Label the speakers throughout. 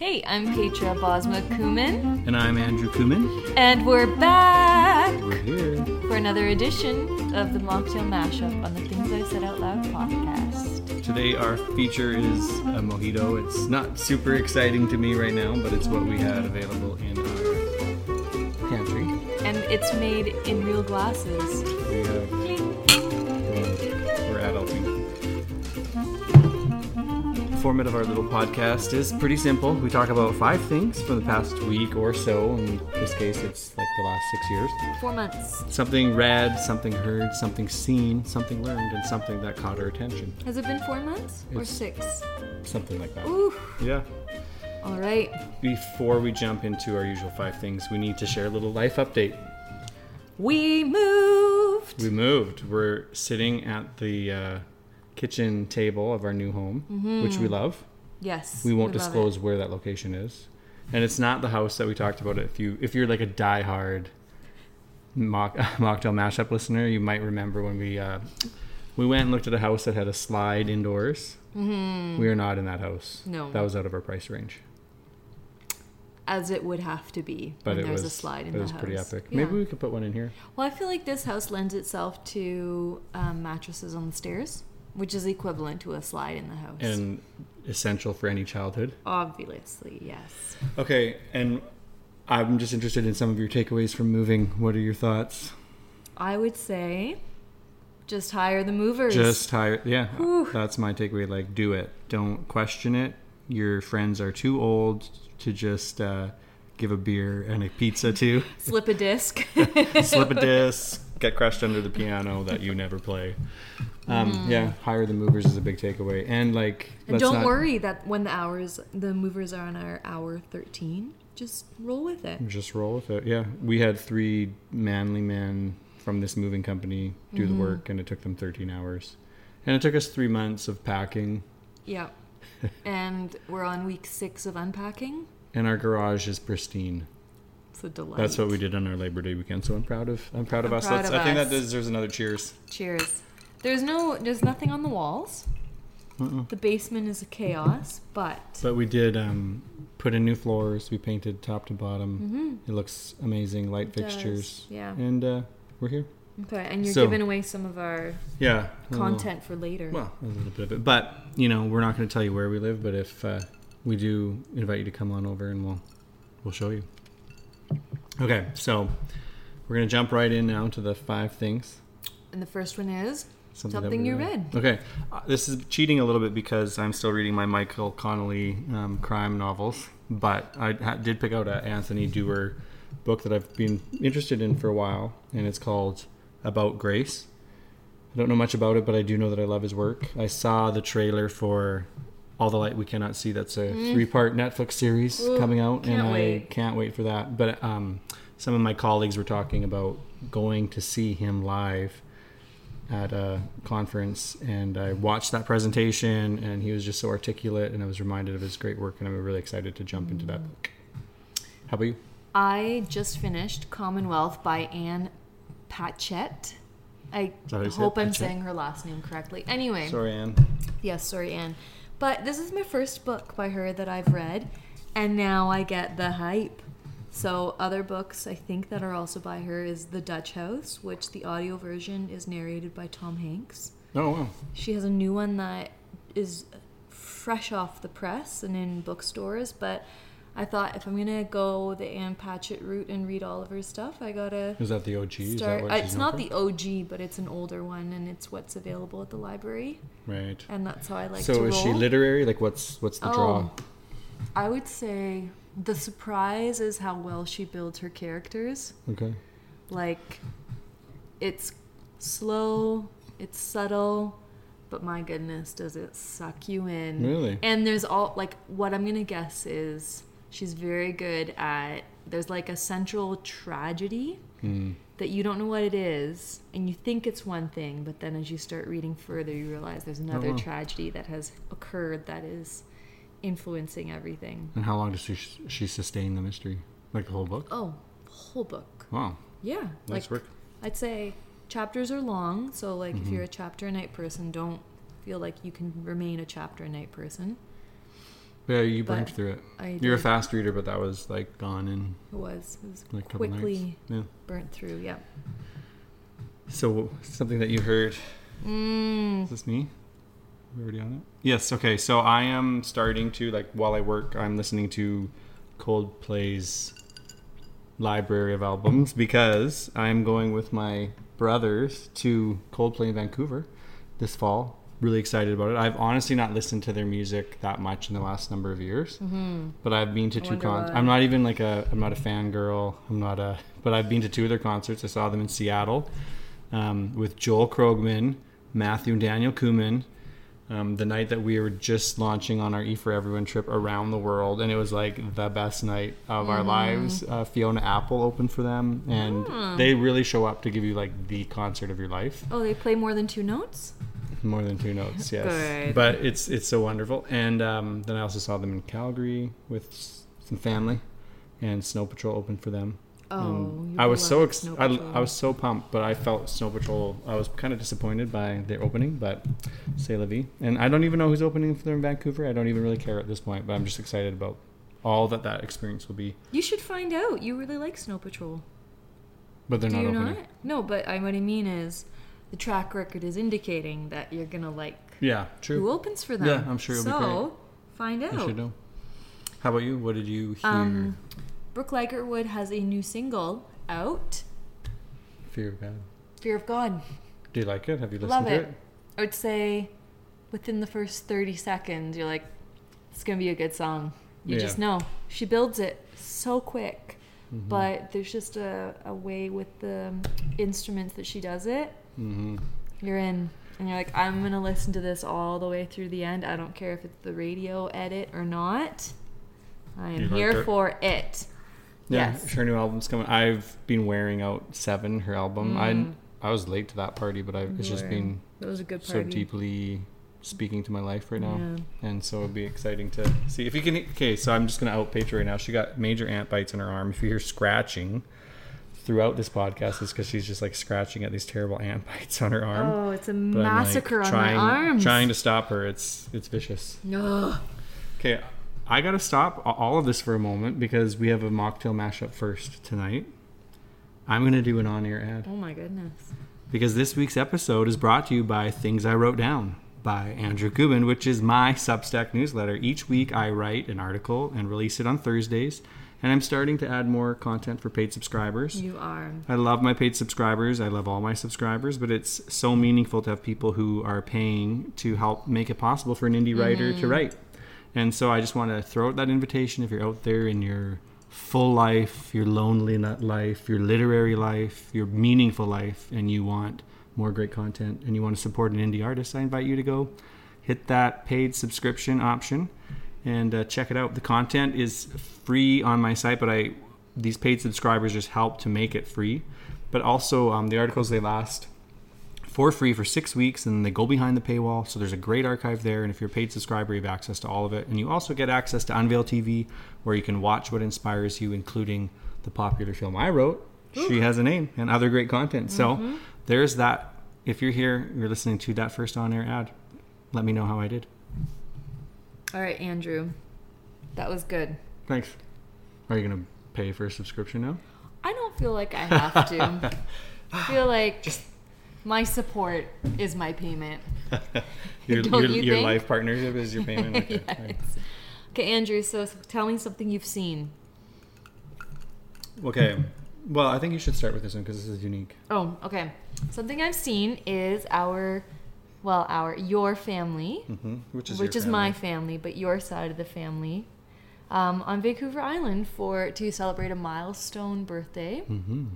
Speaker 1: Hey, I'm Petra Bosma Kuman,
Speaker 2: And I'm Andrew Kuman.
Speaker 1: and we're back
Speaker 2: We're here.
Speaker 1: for another edition of the Mocktail Mashup on the Things I Said Out Loud podcast.
Speaker 2: Today, our feature is a mojito. It's not super exciting to me right now, but it's what we had available in our pantry.
Speaker 1: And it's made in real glasses.
Speaker 2: We have. well, we're adulting. Format of our little podcast is pretty simple. We talk about five things from the past week or so. In this case, it's like the last six years.
Speaker 1: Four months.
Speaker 2: Something read, something heard, something seen, something learned, and something that caught our attention.
Speaker 1: Has it been four months? Or
Speaker 2: It's-
Speaker 1: six?
Speaker 2: Something like that.
Speaker 1: Ooh.
Speaker 2: Yeah.
Speaker 1: All right.
Speaker 2: Before we jump into our usual five things, we need to share a little life update.
Speaker 1: We moved.
Speaker 2: We moved. We're sitting at the uh, kitchen table of our new home, which we love.
Speaker 1: Yes.
Speaker 2: We won't
Speaker 1: Mm-hmm. love it.
Speaker 2: disclose where that location is, and it's not the house that we talked about. If you if you're like a diehard mock, mocktail mashup listener, you might remember when we uh, we went and looked at a house that had a slide indoors. Mm-hmm. We are not in that house.
Speaker 1: No.
Speaker 2: that was out of our price range.
Speaker 1: As it would have to be
Speaker 2: But
Speaker 1: when
Speaker 2: it
Speaker 1: there was,
Speaker 2: was
Speaker 1: a slide in
Speaker 2: It
Speaker 1: the
Speaker 2: was
Speaker 1: house.
Speaker 2: pretty epic.
Speaker 1: Yeah.
Speaker 2: Maybe we could put one in here.
Speaker 1: Well, I feel like this house lends itself to um, mattresses on the stairs, which is equivalent to a slide in the house.
Speaker 2: and essential for any childhood.
Speaker 1: Obviously, yes.
Speaker 2: Okay, and I'm just interested in some of your takeaways from moving. What are your thoughts?
Speaker 1: I would say just hire the movers.
Speaker 2: Just tired. Yeah,
Speaker 1: Whew.
Speaker 2: that's my takeaway. Like, do it. Don't question it. Your friends are too old to just uh, give a beer and a pizza to.
Speaker 1: slip a disc.
Speaker 2: Slip a disc, get crushed under the piano that you never play. Um, Yeah, hire the movers is a big takeaway. And like,
Speaker 1: and
Speaker 2: let's
Speaker 1: don't
Speaker 2: not-
Speaker 1: worry that when the hours, the movers are on our hour 13, just roll with it.
Speaker 2: Just roll with it. Yeah. We had three manly men from this moving company do
Speaker 1: Mm-hmm.
Speaker 2: the work, and it took them 13 hours. And it took us three months of packing,
Speaker 1: Yeah. and we're on week six of unpacking.
Speaker 2: and our garage is pristine.
Speaker 1: It's a delight.
Speaker 2: That's what we did on our Labor Day weekend. So I'm proud of I'm proud of
Speaker 1: I'm
Speaker 2: us.
Speaker 1: proud
Speaker 2: Let's,
Speaker 1: of
Speaker 2: I think
Speaker 1: us.
Speaker 2: that deserves another cheers.
Speaker 1: Cheers. There's no, there's nothing on the walls. The basement is a chaos, but
Speaker 2: But we did um, put in new floors. We painted top to bottom. It looks amazing. Light
Speaker 1: Mm-hmm. It does,
Speaker 2: fixtures.
Speaker 1: yeah.
Speaker 2: And uh, we're here.
Speaker 1: okay. And you're
Speaker 2: So-
Speaker 1: giving away some of our
Speaker 2: Yeah. a little-
Speaker 1: content for later.
Speaker 2: Well, a little bit of it, but you know, we're not going to tell you where we live. But if uh, we do invite you to come on over, and we'll we'll show you. Okay, so we're going to jump right in now to the five things.
Speaker 1: and the first one is
Speaker 2: that
Speaker 1: Something
Speaker 2: we
Speaker 1: you
Speaker 2: Okay, uh, this is cheating a little bit because I'm still reading my Michael Connolly um, crime novels, but I ha- did pick out a Anthony Dewar book that I've been interested in for a while, and it's called About Grace. I don't know much about it, but I do know that I love his work. I saw the trailer for All the Light We Cannot See. That's a three-part Netflix series
Speaker 1: Mm. Ooh,
Speaker 2: coming out,
Speaker 1: can't
Speaker 2: and I
Speaker 1: wait.
Speaker 2: can't wait for that. But um, some of my colleagues were talking about going to see him live at a conference, and I watched that presentation, and he was just so articulate, and I was reminded of his great work, and I'm really excited to jump into that book. How about you?
Speaker 1: I just finished Commonwealth by Anne Patchett. I
Speaker 2: that how you say
Speaker 1: hope
Speaker 2: it?
Speaker 1: I'm
Speaker 2: Patchett?
Speaker 1: saying her last name correctly. Anyway,
Speaker 2: Sorry, Anne.
Speaker 1: yes, sorry, Anne. But this is my first book by her that I've read, and now I get the hype. So, other books I think that are also by her is The Dutch House, which the audio version is narrated by Tom Hanks.
Speaker 2: Oh wow,
Speaker 1: She has a new one that is fresh off the press and in bookstores, but I thought if I'm gonna go the Anne Patchett route and read all of her stuff, I gotta
Speaker 2: is that the OG? Is that
Speaker 1: start.
Speaker 2: what
Speaker 1: uh,
Speaker 2: she's
Speaker 1: it's
Speaker 2: known
Speaker 1: not
Speaker 2: for?
Speaker 1: the OG, but it's an older one, and it's what's available at the library,
Speaker 2: right.
Speaker 1: and that's how I like to
Speaker 2: so is
Speaker 1: roll.
Speaker 2: she literary? Like, what's what's the draw?
Speaker 1: Oh. I would say the surprise is how well she builds her characters.
Speaker 2: Okay.
Speaker 1: Like, it's slow, it's subtle, but my goodness, does it suck you in?
Speaker 2: Really?
Speaker 1: And there's all like what I'm gonna guess is she's very good at there's like a central tragedy
Speaker 2: Mm.
Speaker 1: that you don't know what it is, and you think it's one thing, but then as you start reading further, you realize there's another
Speaker 2: wow.
Speaker 1: tragedy that has occurred that is influencing everything.
Speaker 2: And how long does she she sustain the mystery? Like the whole book?
Speaker 1: Oh, whole book.
Speaker 2: Wow,
Speaker 1: Yeah.
Speaker 2: nice
Speaker 1: like,
Speaker 2: work. Mm-hmm.
Speaker 1: I'd say chapters are long, so like if you're a chapter a night person, don't feel like you can remain a chapter a night person.
Speaker 2: Yeah, you
Speaker 1: But
Speaker 2: burned through it.
Speaker 1: I
Speaker 2: You're a
Speaker 1: did-
Speaker 2: fast reader, but that was like gone in
Speaker 1: It was. It was
Speaker 2: like a couple nights.
Speaker 1: quickly
Speaker 2: Yeah.
Speaker 1: burnt through. Yeah.
Speaker 2: So something that you heard.
Speaker 1: Mm.
Speaker 2: Is this me? We already on it? Yes. Okay. So I am starting to like while I work, I'm listening to Coldplay's library of albums because I'm going with my brothers to Coldplay in Vancouver this fall. Really excited about it. I've honestly not listened to their music that much in the last number of years, but I've been to two
Speaker 1: wonder
Speaker 2: cons.
Speaker 1: why.
Speaker 2: I'm not even like a. I'm not a fangirl. I'm not a. But I've been to two of their concerts. I saw them in Seattle um, with Joel Krogman, Matthew and Daniel Kuhlman, um, the night that we were just launching on our E for Everyone trip around the world, and it was like the best night of
Speaker 1: Mm-hmm.
Speaker 2: our lives. Uh, Fiona Apple opened for them, and
Speaker 1: Hmm.
Speaker 2: they really show up to give you like the concert of your life,
Speaker 1: Oh, they play more than two notes?
Speaker 2: more than two notes. Yes,
Speaker 1: Good.
Speaker 2: but it's it's so wonderful. And um, then I also saw them in Calgary with s- some family, and Snow Patrol opened for them.
Speaker 1: Oh,
Speaker 2: Um,
Speaker 1: you
Speaker 2: I was so
Speaker 1: love
Speaker 2: ex-
Speaker 1: Snow
Speaker 2: I,
Speaker 1: Patrol.
Speaker 2: I was so pumped, but I felt Snow Patrol. I was kind of disappointed by their opening, but say la vie. And I don't even know who's opening for them in Vancouver. I don't even really care at this point, but I'm just excited about all that that experience will be.
Speaker 1: You should find out. You really like Snow Patrol.
Speaker 2: But they're
Speaker 1: Do
Speaker 2: not
Speaker 1: you
Speaker 2: opening.
Speaker 1: not? No, but I, what I mean is the track record is indicating that you're going to like
Speaker 2: Yeah,
Speaker 1: who
Speaker 2: true.
Speaker 1: opens for them.
Speaker 2: Yeah, I'm sure it'll be
Speaker 1: so, find
Speaker 2: I should
Speaker 1: out.
Speaker 2: know. How about you? What did you hear
Speaker 1: Um, Brooke Ligerwood has a new single out,
Speaker 2: for your band?
Speaker 1: Fear of God.
Speaker 2: Do you like it? Have you listened
Speaker 1: Love
Speaker 2: to
Speaker 1: it. I would say within the first 30 seconds, you're like, it's going to be a good song. You
Speaker 2: Yeah.
Speaker 1: just know. She builds it so quick,
Speaker 2: Mm-hmm.
Speaker 1: but there's just a, a way with the instruments that she does it.
Speaker 2: hmm
Speaker 1: You're in. And you're like, I'm going to listen to this all the way through the end. I don't care if it's the radio edit or not. I
Speaker 2: You
Speaker 1: am
Speaker 2: like
Speaker 1: here
Speaker 2: it?
Speaker 1: for it.
Speaker 2: Yeah,
Speaker 1: Yes.
Speaker 2: her new album's coming. I've been wearing out Seven, her album. I I was late to that party, but I, it's just
Speaker 1: Sure.
Speaker 2: been
Speaker 1: That was a good
Speaker 2: so
Speaker 1: Mm. party.
Speaker 2: deeply speaking to my life right now. And so it'd be exciting to see if you can. Okay, so I'm just gonna out Paige right now. She got major ant bites in her arm. If you hear scratching throughout this podcast, it's because she's just like scratching at these terrible ant bites on her arm.
Speaker 1: Oh, it's a
Speaker 2: But I'm, like,
Speaker 1: massacre on
Speaker 2: trying,
Speaker 1: my arms.
Speaker 2: Trying to stop her, it's it's vicious.
Speaker 1: Ugh.
Speaker 2: Okay, I gotta stop a- all of this for a moment because we have a mocktail mashup first tonight. I'm gonna do an on-air ad.
Speaker 1: Oh my goodness.
Speaker 2: because this week's episode is brought to you by Things I Wrote Down by Andrew Gubin, which is my Substack newsletter. Each week I write an article and release it on Thursdays, and I'm starting to add more content for paid subscribers.
Speaker 1: You are.
Speaker 2: I love my paid subscribers. I love all my subscribers, but it's so meaningful to have people who are paying to help make it possible for an indie writer to write. And so I just want to throw out that invitation if you're out there in your full life, your lonely nut life, your literary life, your meaningful life, and you want more great content and you want to support an indie artist, I invite you to go hit that paid subscription option and uh, check it out. The content is free on my site, but I these paid subscribers just help to make it free. But also um, the articles they last for free for six weeks, and they go behind the paywall. So there's a great archive there, and if you're a paid subscriber, you have access to all of it, and you also get access to Unveil TV, where you can watch what inspires you, including the popular film I wrote. She has a name and other great content. So there's that. If you're here, you're listening to that first on-air ad. Let me know how I did.
Speaker 1: All right, Andrew. That was good.
Speaker 2: Thanks. Are you gonna pay for a subscription now?
Speaker 1: I don't feel like I have to. I feel like my support is my payment.
Speaker 2: Your
Speaker 1: Don't
Speaker 2: your,
Speaker 1: you
Speaker 2: your
Speaker 1: think?
Speaker 2: life partnership is your payment. Okay.
Speaker 1: Yes.
Speaker 2: fine.
Speaker 1: Okay, Andrew, so s- tell me something you've seen.
Speaker 2: Okay. Well, I think you should start with this one because this is unique.
Speaker 1: Oh, okay. Something I've seen is our, well, our, your family,
Speaker 2: Mm-hmm. Which is
Speaker 1: which
Speaker 2: your
Speaker 1: is my
Speaker 2: family.
Speaker 1: family, but your side of the family, um, on Vancouver Island for to celebrate a milestone birthday.
Speaker 2: Mhm.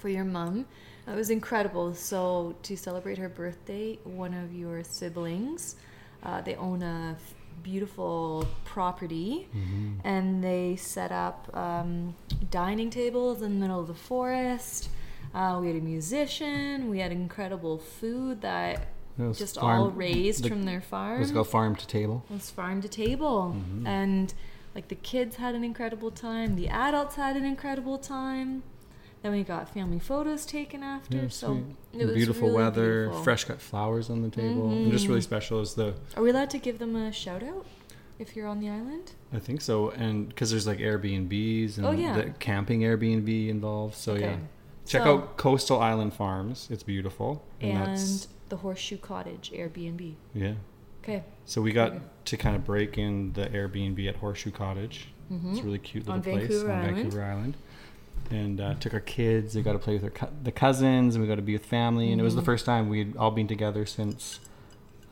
Speaker 1: for your mom. It was incredible. So to celebrate her birthday, one of your siblings, uh, they own a f- beautiful property,
Speaker 2: Mm-hmm.
Speaker 1: and they set up um, dining tables in the middle of the forest. Uh, we had a musician. We had incredible food that
Speaker 2: That was
Speaker 1: just
Speaker 2: farm-
Speaker 1: all raised
Speaker 2: the-
Speaker 1: from their
Speaker 2: It
Speaker 1: farm
Speaker 2: was called farm to table.
Speaker 1: was farm to table
Speaker 2: Mm-hmm.
Speaker 1: and like the kids had an incredible time the adults had an incredible time Then we got family photos taken after.
Speaker 2: Yeah,
Speaker 1: so
Speaker 2: sweet.
Speaker 1: it was
Speaker 2: beautiful
Speaker 1: really
Speaker 2: weather,
Speaker 1: beautiful. Mm-hmm.
Speaker 2: fresh cut flowers on the table, and just really special is the
Speaker 1: Are we allowed to give them a shout out if you're on the island?
Speaker 2: I think so, and because there's like Airbnbs and
Speaker 1: Oh, yeah.
Speaker 2: the camping Airbnb involved. So
Speaker 1: Okay.
Speaker 2: Oh, yeah, check
Speaker 1: So-
Speaker 2: out Coastal Island Farms. It's beautiful, and,
Speaker 1: And,
Speaker 2: that's
Speaker 1: the Horseshoe Cottage Airbnb.
Speaker 2: yeah.
Speaker 1: Okay.
Speaker 2: So we got
Speaker 1: Okay.
Speaker 2: to kind of break in the Airbnb at Horseshoe Cottage.
Speaker 1: Mm-hmm.
Speaker 2: It's a really cute little
Speaker 1: On
Speaker 2: place
Speaker 1: Vancouver
Speaker 2: on
Speaker 1: Island.
Speaker 2: Vancouver Island. And uh, took our kids. They got to play with their co- the cousins, and we got to be with family. And it was
Speaker 1: Mm-hmm.
Speaker 2: the first time we'd all been together since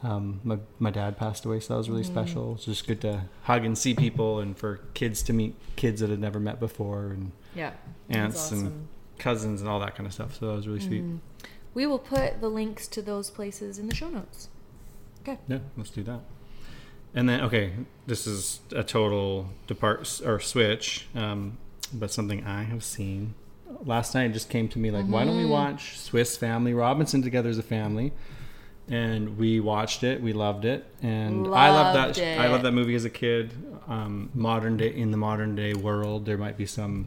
Speaker 2: um, my my dad passed away. So that was really
Speaker 1: Mm-hmm.
Speaker 2: special. It's just good to hug and see people, and for kids to meet kids that had never met before, and
Speaker 1: Yeah.
Speaker 2: aunts and cousins and all that kind of stuff. So that was really sweet.
Speaker 1: Mm-hmm. We will put the links to those places in the show notes.
Speaker 2: Yeah, let's do that. And then, okay, this is a total depart or switch, um, but something I have seen last night. It just came to me like, why don't
Speaker 1: Mm-hmm.
Speaker 2: we watch Swiss Family Robinson together as a family? And we watched it. We loved it, and I love that.
Speaker 1: Loved it.
Speaker 2: I love that movie as a kid. Um, modern day in the modern day world, there might be some,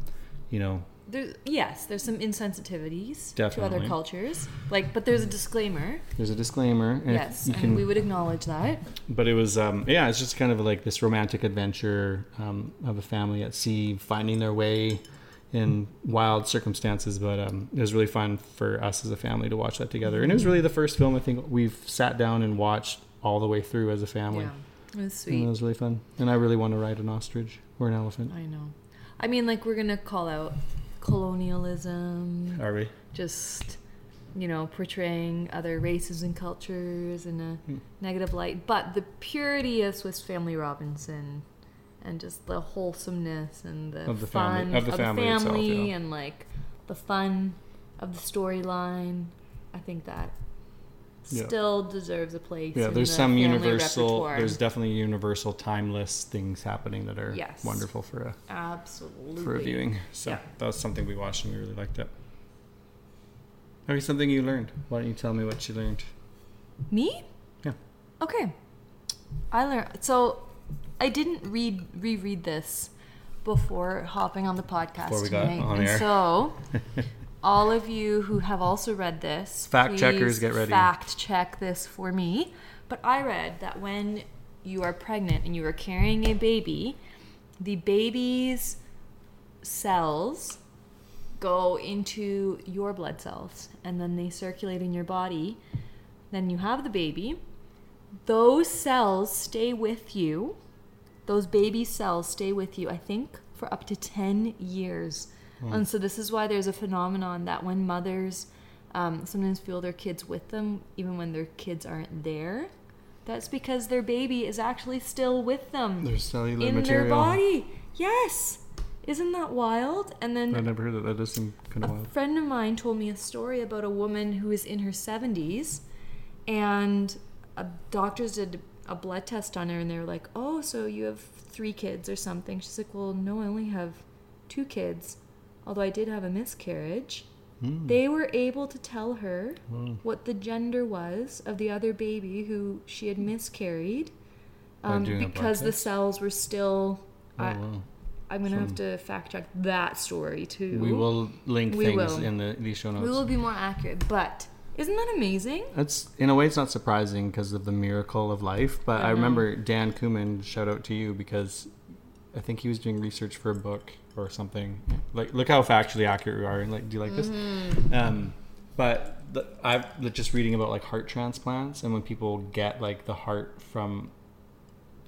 Speaker 2: you know,
Speaker 1: There, yes, there's some insensitivities to
Speaker 2: Definitely.
Speaker 1: other cultures. Like, but there's a disclaimer.
Speaker 2: there's a disclaimer. and if
Speaker 1: yes,
Speaker 2: you
Speaker 1: and we would acknowledge that.
Speaker 2: but it was um, yeah it's just kind of like this romantic adventure um, of a family at sea finding their way in wild circumstances but um, it was really fun for us as a family to watch that together and it was really the first film i think we've sat down and watched all the way through as a family
Speaker 1: Yeah, it was
Speaker 2: and it
Speaker 1: sweet.
Speaker 2: was really fun and i really want to ride an ostrich or an elephant
Speaker 1: I know. I mean, like we're gonna call out colonialism,
Speaker 2: are we
Speaker 1: just you know portraying other races and cultures in a
Speaker 2: Hmm.
Speaker 1: negative light. But the purity of Swiss Family Robinson, and just the wholesomeness and the,
Speaker 2: Of the
Speaker 1: fun
Speaker 2: family- of the family itself,
Speaker 1: family
Speaker 2: yeah.
Speaker 1: and like the fun of the storyline. I think that.
Speaker 2: Yeah.
Speaker 1: Still deserves a place.
Speaker 2: yeah
Speaker 1: in
Speaker 2: there's
Speaker 1: the
Speaker 2: some
Speaker 1: family
Speaker 2: universal
Speaker 1: repertoire.
Speaker 2: there's definitely universal timeless things happening that are
Speaker 1: Yes.
Speaker 2: wonderful for a
Speaker 1: Absolutely.
Speaker 2: for reviewing. So
Speaker 1: Yeah.
Speaker 2: that was something we watched and we really liked it. Okay, something you learned. Why don't you tell me what you learned?
Speaker 1: Me?
Speaker 2: Yeah.
Speaker 1: Okay. I learned. So I didn't read reread this before hopping on the podcast
Speaker 2: Before we got
Speaker 1: tonight.
Speaker 2: on
Speaker 1: and
Speaker 2: air.
Speaker 1: so all of you who have also read this,
Speaker 2: Fact
Speaker 1: please
Speaker 2: checkers, get ready.
Speaker 1: Fact check this for me. But I read that when you are pregnant and you are carrying a baby, the baby's cells go into your blood cells and then they circulate in your body. Then you have the baby. Those cells stay with you. Those baby cells stay with you, I think, for up to 10 years. And so, this is why there's a phenomenon that when mothers um, sometimes feel their kids with them, even when their kids aren't there, that's because their baby is actually still with them
Speaker 2: There's cellular
Speaker 1: in their body. Yes. Isn't that wild? And then
Speaker 2: I never heard that. That does seem kind of
Speaker 1: a
Speaker 2: wild.
Speaker 1: friend of mine told me a story about a woman who is in her 70s and uh doctors did a blood test on her and they were like oh so you have three kids or something she's like well no i only have two kids although i did have a miscarriage
Speaker 2: Hmm.
Speaker 1: they were able to tell her
Speaker 2: Oh,
Speaker 1: what the gender was of the other baby who she had miscarried
Speaker 2: Hmm. By
Speaker 1: um,
Speaker 2: doing a blood
Speaker 1: because the
Speaker 2: test?
Speaker 1: cells were still
Speaker 2: Oh,
Speaker 1: I,
Speaker 2: wow.
Speaker 1: i'm gonna have to fact check that story too
Speaker 2: We will link
Speaker 1: We
Speaker 2: things
Speaker 1: will.
Speaker 2: in the these show notes.
Speaker 1: we will be more accurate, but isn't that amazing?
Speaker 2: That's in a way, it's not surprising because of the miracle of life. But
Speaker 1: Mm-hmm.
Speaker 2: I, remember Dan Kuman. Shout out to you because I think he was doing research for a book or something. Like, look how factually accurate we are. And like, do you like this?
Speaker 1: Mm-hmm.
Speaker 2: Um, but the, I've like, just reading about like heart transplants and when people get like the heart from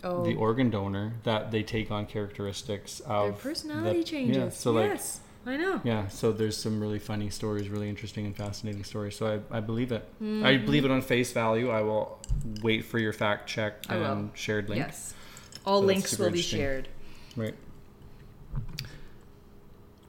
Speaker 1: Oh,
Speaker 2: the organ donor, that they take on characteristics of
Speaker 1: their personality
Speaker 2: the-
Speaker 1: changes.
Speaker 2: Yeah, so like
Speaker 1: yes, I know.
Speaker 2: yeah, so there's some really funny stories, really interesting and fascinating stories. So I, I believe it. I
Speaker 1: Mm-hmm.
Speaker 2: believe it on face value. I will wait for your fact check
Speaker 1: I
Speaker 2: and
Speaker 1: will.
Speaker 2: shared link.
Speaker 1: Yes, all
Speaker 2: So that's
Speaker 1: links
Speaker 2: super
Speaker 1: will be
Speaker 2: interesting.
Speaker 1: shared.
Speaker 2: Right.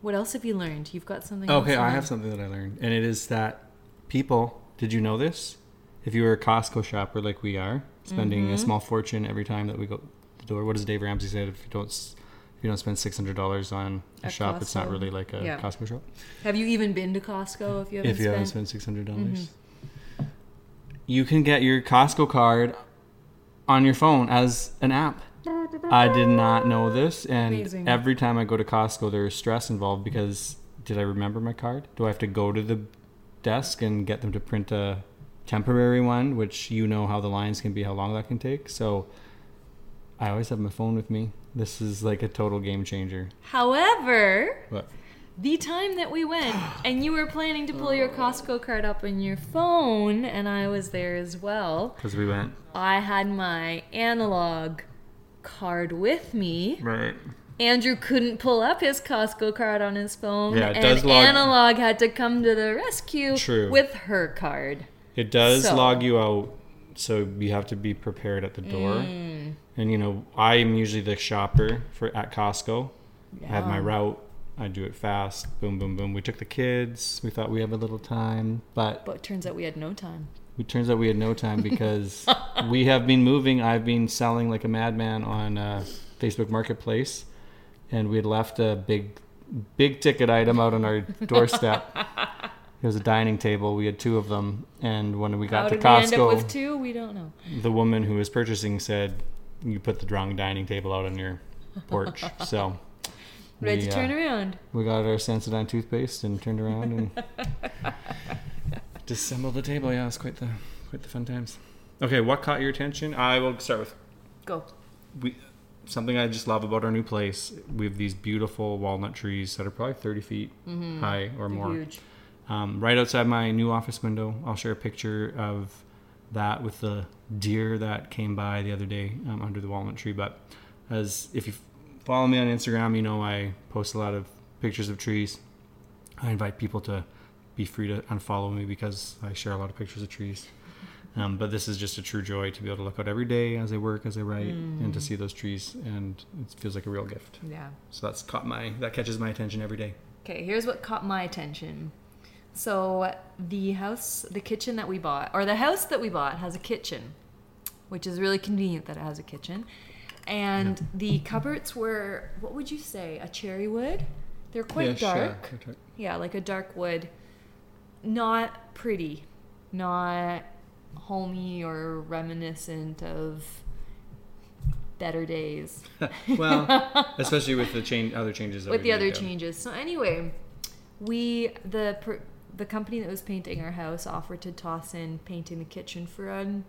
Speaker 1: What else have you learned? You've got something.
Speaker 2: Okay,
Speaker 1: else
Speaker 2: I
Speaker 1: in
Speaker 2: have
Speaker 1: there.
Speaker 2: something that I learned, and it is that people, did you know this? If you were a Costco shopper like we are, spending
Speaker 1: Mm-hmm.
Speaker 2: a small fortune every time that we go to the door, what does Dave Ramsey say? If you don't, s- if you don't spend six hundred dollars on a
Speaker 1: At
Speaker 2: shop, it's not
Speaker 1: Costco.
Speaker 2: really like a
Speaker 1: Yeah.
Speaker 2: Costco shop.
Speaker 1: Have you even been to Costco? If you haven't
Speaker 2: if you haven't
Speaker 1: spent-
Speaker 2: spent six hundred dollars, you can get your Costco card on your phone as an app. I did not know this, and
Speaker 1: Amazing.
Speaker 2: every time I go to Costco, there's stress involved because did I remember my card? Do I have to go to the desk and get them to print a temporary one, which you know how the lines can be, how long that can take? So I always have my phone with me. This is like a total game changer.
Speaker 1: However,
Speaker 2: But
Speaker 1: the time that we went and you were planning to pull your Costco card up on your phone and I was there as well.
Speaker 2: because we went
Speaker 1: I had my analog card with me.
Speaker 2: right.
Speaker 1: Andrew couldn't pull up his Costco card on his phone
Speaker 2: Yeah, it
Speaker 1: and
Speaker 2: does log-
Speaker 1: analog had to come to the rescue
Speaker 2: True.
Speaker 1: with her card.
Speaker 2: It does
Speaker 1: So-
Speaker 2: log you out, so you have to be prepared at the door. And you know, I am usually the shopper for at Costco. I have my route. I do it fast. Boom, boom, boom. We took the kids. We thought we have a little time, but
Speaker 1: But it turns out we had no time.
Speaker 2: it turns out we had no time because we have been moving. I've been selling like a madman on uh, Facebook Marketplace, and we had left a big, big ticket item out on our doorstep. it was a dining table. We had two of them, and when we got
Speaker 1: How
Speaker 2: to
Speaker 1: did
Speaker 2: Costco,
Speaker 1: we end up with two? We don't know.
Speaker 2: the woman who was purchasing said, "You put the wrong dining table out on your porch." So
Speaker 1: We had to
Speaker 2: we, uh,
Speaker 1: turn around.
Speaker 2: we got our Sensodyne toothpaste and turned around and disassembled the table. Yeah, it was quite the quite the fun times. Okay, what caught your attention? I will start with
Speaker 1: Go.
Speaker 2: we something I just love about our new place. We have these beautiful walnut trees that are probably thirty feet high or more
Speaker 1: Huge.
Speaker 2: um, right outside my new office window. I'll share a picture of that with the deer that came by the other day um, under the walnut tree. But as if you follow me on Instagram, you know I post a lot of pictures of trees. I invite people to be free to unfollow me because I share a lot of pictures of trees. Um, but this is just a true joy to be able to look out every day as I work, as I write, and
Speaker 1: Mm.
Speaker 2: to see those trees, and it feels like a real gift.
Speaker 1: Yeah.
Speaker 2: So that's caught my that catches my attention every day.
Speaker 1: Okay, here's what caught my attention. So the house, the kitchen that we bought, or the house that we bought, has a kitchen, which is really convenient that it has a kitchen. And the cupboards were, what would you say, a cherry wood? They're quite dark. Yeah, like a dark wood. Not pretty. Not homey or reminiscent of better days.
Speaker 2: well, especially with the change, other changes. That
Speaker 1: with
Speaker 2: we
Speaker 1: the
Speaker 2: made,
Speaker 1: other
Speaker 2: yeah.
Speaker 1: changes. So anyway, we the per, the company that was painting our house offered to toss in painting the kitchen for a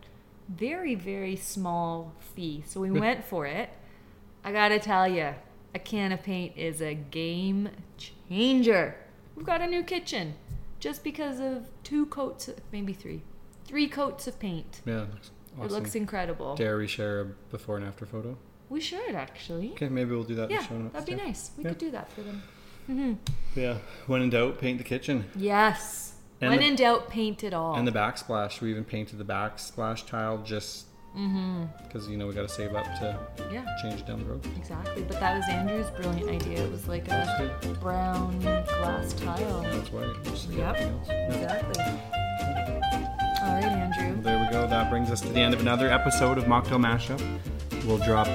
Speaker 1: very very small fee. So we went for it. I gotta tell you, a can of paint is a game changer. We've got a new kitchen just because of two coats, maybe three, three coats of paint.
Speaker 2: Yeah, it looks awesome.
Speaker 1: It looks incredible.
Speaker 2: Dare we share a before and after photo?
Speaker 1: We should actually.
Speaker 2: Okay, maybe we'll do that. in the
Speaker 1: Yeah,
Speaker 2: show notes
Speaker 1: that'd be
Speaker 2: too.
Speaker 1: nice. We
Speaker 2: Yeah.
Speaker 1: could do that for them. Mm-hmm.
Speaker 2: Yeah, when in doubt, paint the kitchen
Speaker 1: Yes.
Speaker 2: And
Speaker 1: when
Speaker 2: the-
Speaker 1: in doubt, paint it all.
Speaker 2: and the backsplash. We even painted the backsplash tile just because you know we got to save up to
Speaker 1: Mm-hmm. yeah,
Speaker 2: change it down the road.
Speaker 1: exactly. But that was Andrew's brilliant idea. It was like a
Speaker 2: That's good.
Speaker 1: brown glass tile.
Speaker 2: That's why. I Just
Speaker 1: Oh. Yep.
Speaker 2: everything else. Yeah.
Speaker 1: Exactly. All right, Andrew.
Speaker 2: There we go. That brings us to the end of another episode of Mocktail Mashup. We'll drop.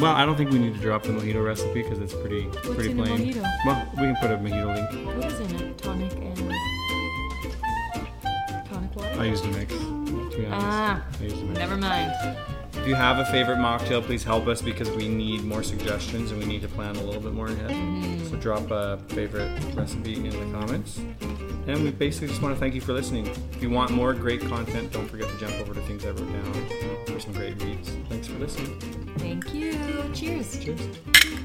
Speaker 2: Well, I don't think we need to drop the mojito recipe because it's pretty pretty
Speaker 1: in a
Speaker 2: plain.
Speaker 1: mojito?
Speaker 2: Well, we can put a mojito link.
Speaker 1: What is in it? Tonic and tonic water.
Speaker 2: I used to mix. To be honest,
Speaker 1: Ah,
Speaker 2: I used to mix.
Speaker 1: Never mind.
Speaker 2: If you have a favorite mocktail, please help us because we need more suggestions and we need to plan a little bit more ahead.
Speaker 1: Mm-hmm.
Speaker 2: So drop a favorite recipe in the comments. And we basically just want to thank you for listening. If you want more great content, don't forget to jump over to Things I Wrote Down for some great reads. Thanks for listening.
Speaker 1: Thank you. Cheers.
Speaker 2: Cheers.